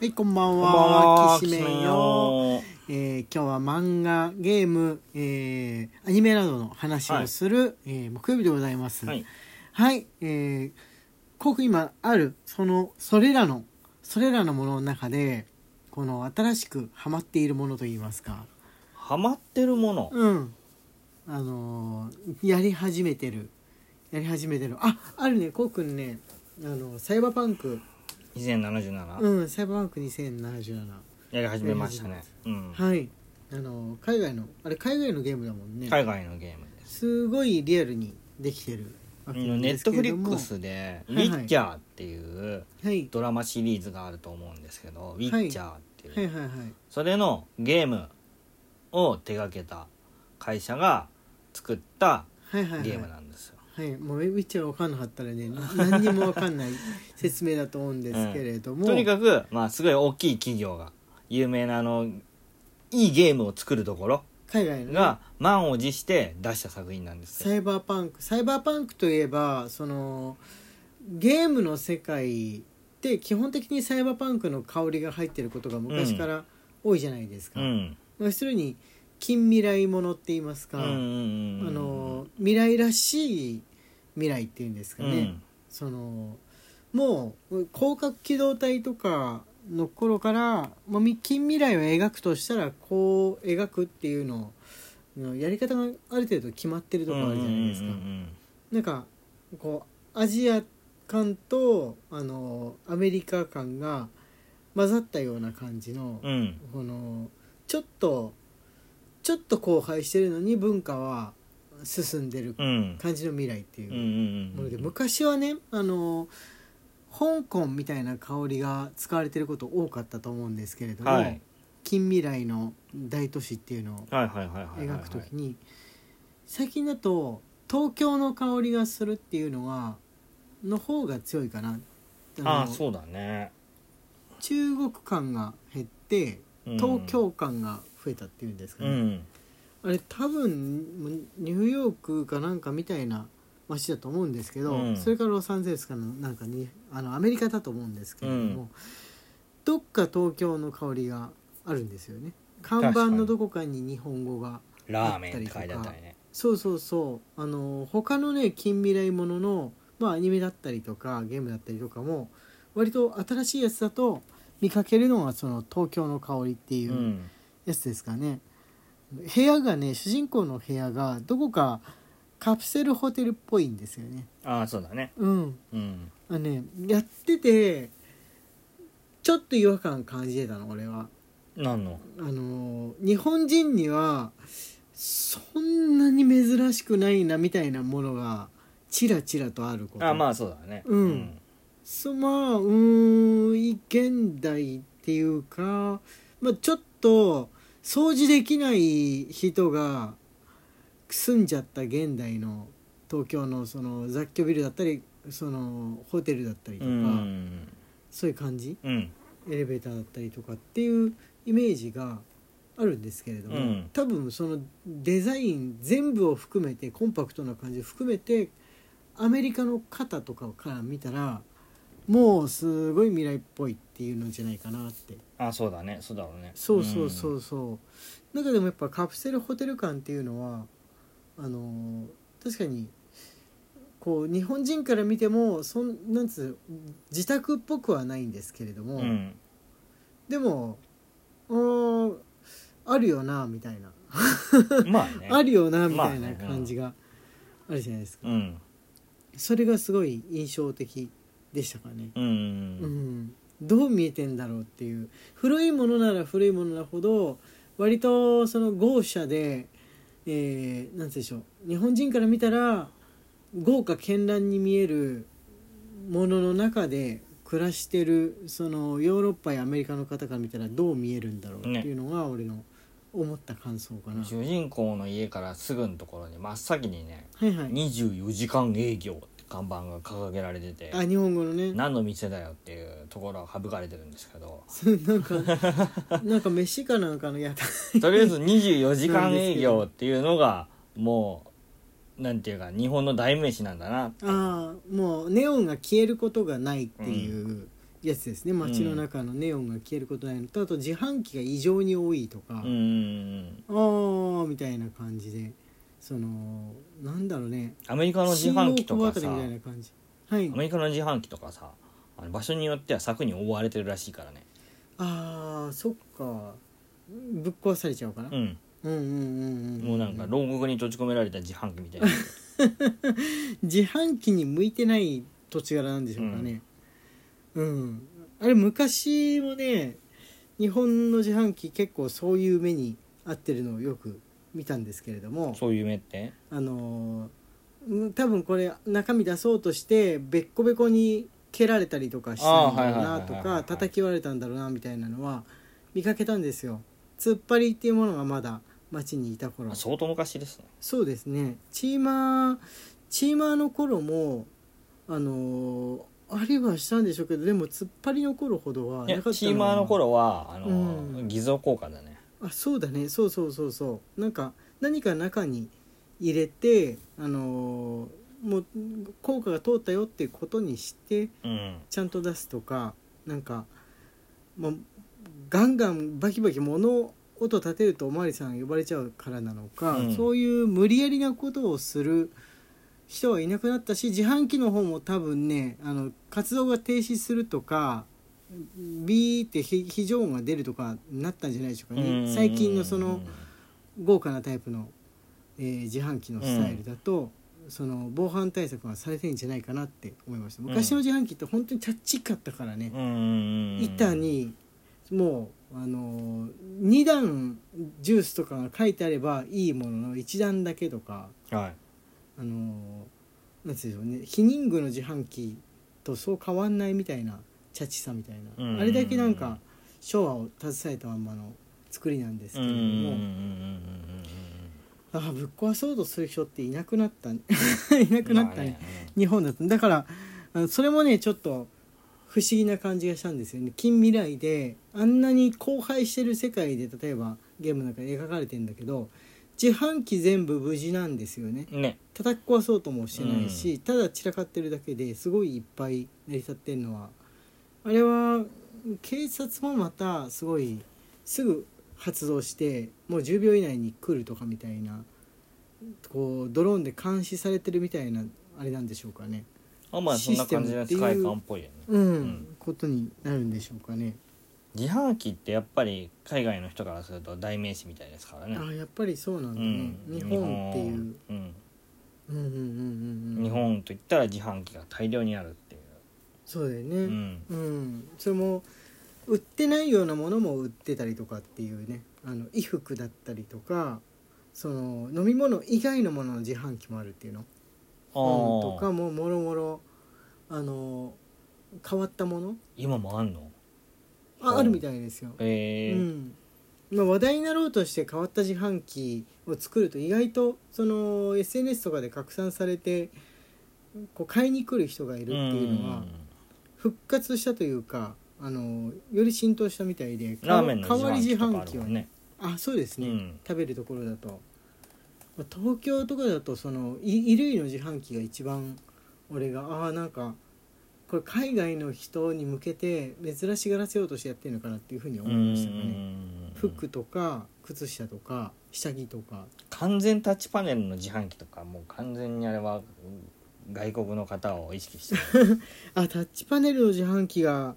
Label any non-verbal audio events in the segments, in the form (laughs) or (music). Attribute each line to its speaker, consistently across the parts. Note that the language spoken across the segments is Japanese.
Speaker 1: はい、こんばん
Speaker 2: こんばん
Speaker 1: は。
Speaker 2: は
Speaker 1: きしめんよ。えー今日は漫画、ゲーム、えーアニメなどの話をする、えー木曜日でございます。
Speaker 2: はい。
Speaker 1: はい、えー、こう今ある、その、それらの、それらのものの中で、この新しくハマっているものといいますか、
Speaker 2: ハマってるもの。
Speaker 1: うん。あのーやり始めてる。やり始めてる。あ、あるね、こうくんね、あの、サイバーパンク、
Speaker 2: 2077
Speaker 1: うん、サイバーパンク2077。
Speaker 2: やり始めましたね。うん。
Speaker 1: はいあの海外のあれ海外のゲームだもんね
Speaker 2: 海外のゲームです。
Speaker 1: すごいリアルにできてるわけなん
Speaker 2: ネ
Speaker 1: で
Speaker 2: ッ
Speaker 1: すけ
Speaker 2: トフ
Speaker 1: れ
Speaker 2: リ
Speaker 1: ど
Speaker 2: ッ
Speaker 1: も
Speaker 2: クスで「ウ
Speaker 1: はいはい
Speaker 2: ィッチャー」っていう
Speaker 1: はい
Speaker 2: ドラマシリーズがあると思うんですけど「ウィッチャー」って
Speaker 1: はいいうはいはい
Speaker 2: それのゲームを手掛けた会社が作った
Speaker 1: はいはいはい
Speaker 2: ゲームなんですよ。
Speaker 1: はいもうウィッチャー分かんなかったらね何にも分かんない説明だと思うんですけれども、
Speaker 2: とにかくまあすごい大きい企業が有名なあのいいゲームを作るところ
Speaker 1: 海外のね、
Speaker 2: が満を持して出した作品なんですよ
Speaker 1: サイバーパンクサイバーパンクといえばそのゲームの世界って基本的にサイバーパンクの香りが入ってることが昔から多いじゃないですか、
Speaker 2: うん
Speaker 1: 要するに近未来ものって言います
Speaker 2: う
Speaker 1: か、
Speaker 2: んうんうん
Speaker 1: あの未来らしい未来っていうんですかね、
Speaker 2: うん
Speaker 1: そのもう広角機動隊とかの頃からもうみ近未来を描くとしたらこう描くっていうののやり方がある程度決まってるとこあるじゃないですか。
Speaker 2: うんうんうん
Speaker 1: なんかこうアジア感とあのアメリカ感が混ざったような感じの
Speaker 2: うんうん
Speaker 1: このちょっとちょっと荒廃してるのに文化は進んでる
Speaker 2: うん
Speaker 1: 感じの未来って
Speaker 2: うんう
Speaker 1: いうんもので
Speaker 2: うん
Speaker 1: 昔はねあの香港みたいな香りが使われてること多かったと思うんですけれども、
Speaker 2: はい
Speaker 1: 近未来の大都市っていうのを
Speaker 2: はいはいはいはいはい
Speaker 1: 描くときに最近だと東京の香りがするっていうのがの方が強いかな。
Speaker 2: あ
Speaker 1: あ
Speaker 2: あ
Speaker 1: の
Speaker 2: そうだね
Speaker 1: 中国感が減って
Speaker 2: うん
Speaker 1: 東京感が増えたっていうんですか
Speaker 2: う
Speaker 1: ね、
Speaker 2: ん
Speaker 1: あれ多分ニューヨークかなんかみたいな街だと思うんですけど、
Speaker 2: うん
Speaker 1: それからロサンゼルスかのなんかにあのアメリカだと思うんですけれども、
Speaker 2: うん
Speaker 1: どっか東京の香りがあるんですよね看板のどこかに日本語が
Speaker 2: ラーメンって書いてあったりね
Speaker 1: そうそうそうあの他のね近未来ものの、まあ、アニメだったりとかゲームだったりとかも割と新しいやつだと見かけるのがその東京の香りっていうう、
Speaker 2: ん
Speaker 1: やつですかね部屋がね主人公の部屋がどこかカプセルホテルっぽいんですよね
Speaker 2: ああそうだね
Speaker 1: うん
Speaker 2: うん
Speaker 1: あのねやっててちょっと違和感感じてたの俺は
Speaker 2: なんの
Speaker 1: あのー日本人にはそんなに珍しくないなみたいなものがチラチラとあること
Speaker 2: ああまあそうだね
Speaker 1: うんそまあうーん現代っていうか、まあ、ちょっと掃除できない人が住んじゃった現代の東京のその雑居ビルだったりそのホテルだったりと
Speaker 2: う
Speaker 1: か、
Speaker 2: ん
Speaker 1: そういう感じ
Speaker 2: うん
Speaker 1: エレベーターだったりとかっていうイメージがあるんですけれども、
Speaker 2: うん
Speaker 1: 多分そのデザイン全部を含めてコンパクトな感じを含めてアメリカの肩とかから見たらもうすごい未来っぽいっていうのじゃないかなって
Speaker 2: ああそうだねそうだろうね
Speaker 1: そうそうそ
Speaker 2: ん
Speaker 1: うそう中でもやっぱカプセルホテル感っていうのはあのー確かにこう日本人から見てもそんなんつう自宅っぽくはないんですけれども、
Speaker 2: うん
Speaker 1: でもあーあるよなみたいな、 (laughs)
Speaker 2: まあね
Speaker 1: あるよなみた
Speaker 2: まあ
Speaker 1: いな
Speaker 2: ね
Speaker 1: 感じがあるじゃないですか、
Speaker 2: うん
Speaker 1: それがすごい印象的でしたかね、
Speaker 2: うん
Speaker 1: う
Speaker 2: うん
Speaker 1: ん、どう見えてんだろうっていう古いものなら古いものなほど割とその豪奢で、えー、なんて言うんでしょう日本人から見たら豪華絢爛に見えるものの中で暮らしてるそのヨーロッパやアメリカの方から見たらどう見えるんだろうっていうのが俺の思った感想かな。
Speaker 2: 主人公の家からすぐのところに真っ先にね
Speaker 1: はいはい、
Speaker 2: 24時間営業って看板が掲げられてて
Speaker 1: あ日本語のね (laughs)
Speaker 2: 何の店だよっていうところは省かれてるんですけど
Speaker 1: なんかなんか飯かなんかの屋台
Speaker 2: とりあえず24時間営業っていうのがもうなんていうか日本の代名詞なんだな
Speaker 1: ああもうネオンが消えることがないっていうやつですね街の中のネオンが消えることないのと、あと自販機が異常に多いとか、
Speaker 2: うんうん
Speaker 1: ああみたいな感じでそのなんだろうね
Speaker 2: アメリカの自販機とかさ
Speaker 1: 新大久保あたりみたいな感じはい
Speaker 2: アメリカの自販機とかさあの場所によっては柵に覆われてるらしいからね
Speaker 1: あーそっかぶっ壊されちゃうかな、
Speaker 2: うん
Speaker 1: うん、うんうんうん
Speaker 2: もうなんか牢獄に閉じ込められた自販機みたいな
Speaker 1: 自販機に向いてない土地柄なんでしょうかねうん、あれ昔もね日本の自販機結構そういう目に遭ってるのをよく見たんですけれども
Speaker 2: そういう目って
Speaker 1: あのーうん多分これ中身出そうとしてべっこべこに蹴られたりとかしたんだろうなと
Speaker 2: あーはいはいはいはいはいは
Speaker 1: か
Speaker 2: い
Speaker 1: 叩き割れたんだろうなみたいなのは見かけたんですよ突っ張りっていうものがまだ町にいた頃
Speaker 2: あ相当昔ですね
Speaker 1: そうですねチーマーチーマーの頃もあのーありはしたんでしょうけどでも突っ張りの頃ほどはい
Speaker 2: や
Speaker 1: なかった
Speaker 2: チーマーの頃はあの、
Speaker 1: うん
Speaker 2: 偽造効果だね
Speaker 1: あそうだねそうそうそうそうなんか何か中に入れてあのーもう効果が通ったよっていうことにして
Speaker 2: うん
Speaker 1: ちゃんと出すとかなんか、まあ、ガンガンバキバキ物音立てるとおまわりさん呼ばれちゃうからなのか、
Speaker 2: うん
Speaker 1: そういう無理やりなことをする人はいなくなったし自販機の方も多分ねあの活動が停止するとかビーって非非常音が出るとかなったんじゃないでしょうか
Speaker 2: うん
Speaker 1: ね最近のその豪華なタイプの、えー自販機のスタイルだと、その防犯対策はされてんじゃないかなって思いました
Speaker 2: ん
Speaker 1: 昔の自販機って本当にチャッチかったからね
Speaker 2: う、ん
Speaker 1: 板にもう、あのー、2段ジュースとかが書いてあればいいものの1段だけとか、
Speaker 2: はい
Speaker 1: あのーなんていうんでしょうね避妊具の自販機とそう変わんないみたいなチャッチさみたいな、
Speaker 2: うん
Speaker 1: あれだけなんか昭和を携えたまんまの作りなんですけれども。ああぶっ壊そうとする人っていなくなった (laughs) いなくなったね,、日本だとだからあのそれもねちょっと不思議な感じがしたんですよね近未来であんなに荒廃してる世界で例えばゲームの中で描かれてんだけど自販機全部無事なんですよね
Speaker 2: うんね
Speaker 1: 叩き壊そうともしてないし、ただ散らかってるだけですごいいっぱい成り立ってるのはあれは警察もまたすごいすぐ発動してもう10秒以内に来るとかみたいなこうドローンで監視されてるみたいなあれなんでしょうかね。
Speaker 2: あまあそんな感じの世界観っぽいよね
Speaker 1: うん
Speaker 2: ん
Speaker 1: ことになるんでしょうかね。
Speaker 2: 自販機ってやっぱり海外の人からすると代名詞みたいですからね
Speaker 1: あやっぱりそうなんだね、
Speaker 2: うん
Speaker 1: 日本っていう。
Speaker 2: 日本
Speaker 1: うん
Speaker 2: う
Speaker 1: うんうんうん
Speaker 2: ん
Speaker 1: うん、
Speaker 2: 日本といったら自販機が大量にあるっていう
Speaker 1: そうだよね、
Speaker 2: うん
Speaker 1: うん、それも売ってないようなものも売ってたりとかっていうねあの衣服だったりとかその飲み物以外のものの自販機もあるっていうの
Speaker 2: あ
Speaker 1: うんとか
Speaker 2: ー
Speaker 1: ももろもろあの変わったもの
Speaker 2: 今もあんのうん
Speaker 1: ああるみたいですよ、う
Speaker 2: えー
Speaker 1: んまあ、話題になろうとして変わった自販機を作ると意外とその SNS とかで拡散されてこう買いに来る人がいるっていうのは。復活したというかあのより浸透したみたいで
Speaker 2: ラーメンの
Speaker 1: 代わり
Speaker 2: 自
Speaker 1: 自
Speaker 2: 販
Speaker 1: 販
Speaker 2: 機
Speaker 1: 機
Speaker 2: とかある
Speaker 1: は
Speaker 2: もん
Speaker 1: ね
Speaker 2: ね
Speaker 1: あそうですね、
Speaker 2: うん
Speaker 1: 食べるところだとまあ東京とかだとそのい衣類の自販機が一番俺がああーなんかこれ海外の人に向けて珍しがらせようとしてやってるのかなっていうふうに思いましたか
Speaker 2: うんう
Speaker 1: ね
Speaker 2: ん
Speaker 1: 服とか靴下とか下着とか
Speaker 2: 完全タッチパネルの自販機とかもう完全にあれはうん外国の方を意識してる
Speaker 1: あタッチパネルの自販機が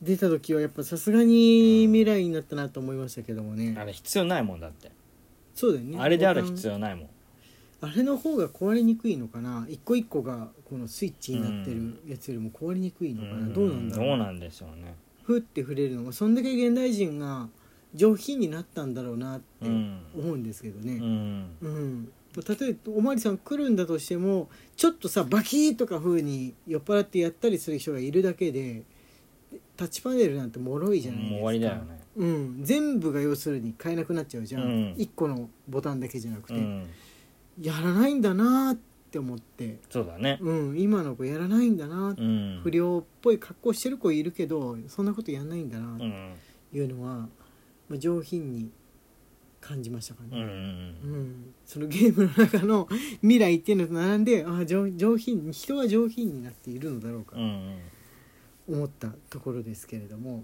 Speaker 1: 出た時はやっぱさすがに未来になったなと思いましたけどもね、
Speaker 2: あれ必要ないもんだって
Speaker 1: そうだよね
Speaker 2: あれである
Speaker 1: ボタン
Speaker 2: 必要ないもん
Speaker 1: あれの方が壊れにくいのかな一個一個がこのスイッチになってるやつよりも壊れにくいのかな、どうなんだろう
Speaker 2: どうなんでしょうね
Speaker 1: ふって触れるのがそんだけ現代人が上品になったんだろうなって
Speaker 2: うん
Speaker 1: 思うんですけど
Speaker 2: う
Speaker 1: ね
Speaker 2: ん
Speaker 1: うん、例えばおまわりさん来るんだとしてもちょっとさバキーとか風に酔っ払ってやったりする人がいるだけでタッチパネルなんてもろいじゃないですか
Speaker 2: もう終わりだよね
Speaker 1: うん、全部が要するに買えなくなっちゃうじゃ、
Speaker 2: うんん
Speaker 1: 一1個のボタンだけじゃなく
Speaker 2: う
Speaker 1: て、
Speaker 2: ん
Speaker 1: やらないんだなーって思って、
Speaker 2: そうだね
Speaker 1: うん、今の子やらないんだなー、
Speaker 2: うん
Speaker 1: 不良っぽい格好してる子いるけどそんなことやんないんだな
Speaker 2: う
Speaker 1: っ
Speaker 2: ん
Speaker 1: ていうのは、まあ、上品に感じましたか
Speaker 2: うんう
Speaker 1: ね、うん
Speaker 2: ん
Speaker 1: そのゲームの中の (laughs) 未来っていうのと並んでああ上上品に人は上品になっているのだろうか、
Speaker 2: うんうん
Speaker 1: 思ったところですけれども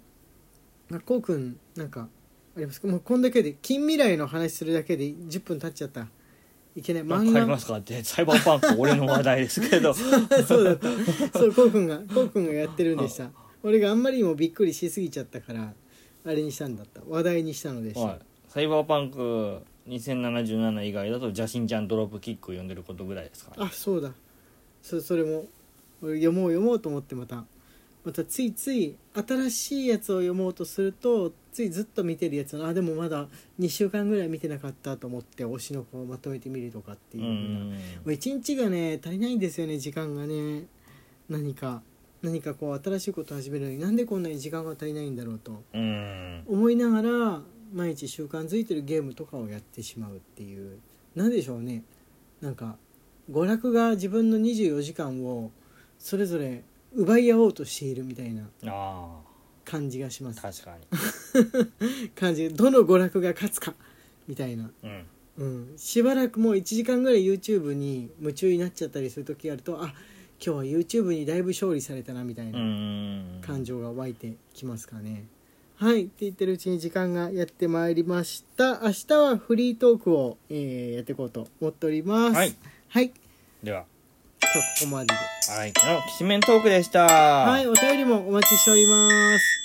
Speaker 1: まあこうくんなんかありますかもうこんだけで近未来の話するだけで10分経っちゃったいけない
Speaker 2: まあ
Speaker 1: 漫
Speaker 2: 帰り
Speaker 1: 画
Speaker 2: ますかってサイバーパンク俺の話題ですけど
Speaker 1: (laughs) そうだったそうこうくんがこうくんがやってるんでした俺があんまりにもびっくりしすぎちゃったからあれにしたんだった話題にしたのでした、
Speaker 2: はい、サイバーパンク2077以外だと邪神ちゃんドロップキックを呼んでることぐらいですから、
Speaker 1: あそうだそそれも俺読もう読もうと思ってまたまたついつい新しいやつを読もうとするとついずっと見てるやつのあでもまだ2週間ぐらい見てなかったと思って推しの子をまとめてみるとかっていううふうな、
Speaker 2: ん
Speaker 1: もう一日がね足りないんですよね時間がね何か何かこう新しいことを始めるのになんでこんなに時間が足りないんだろうと
Speaker 2: うん
Speaker 1: 思いながら毎日習慣づいてるゲームとかをやってしまうっていうなんでしょうねなんか娯楽が自分の24時間をそれぞれ奪い合おうとしているみたいな
Speaker 2: あ
Speaker 1: 感じがしま
Speaker 2: あ
Speaker 1: す
Speaker 2: 確かに
Speaker 1: 感じどの娯楽が勝つかみたいな、
Speaker 2: うん
Speaker 1: うん、しばらくもう1時間ぐらい YouTube に夢中になっちゃったりする時があるとあ今日は YouTube にだいぶ勝利されたなみたいな
Speaker 2: うん
Speaker 1: 感情が湧いてきますかね。はいって言ってるうちに時間がやってまいりました明日はフリートークを、えーやっていこうと思っております
Speaker 2: はい、
Speaker 1: はい、
Speaker 2: では
Speaker 1: 今日ここまでで
Speaker 2: 荒井家のきしめんトークでした
Speaker 1: はいお便りもお待ちしております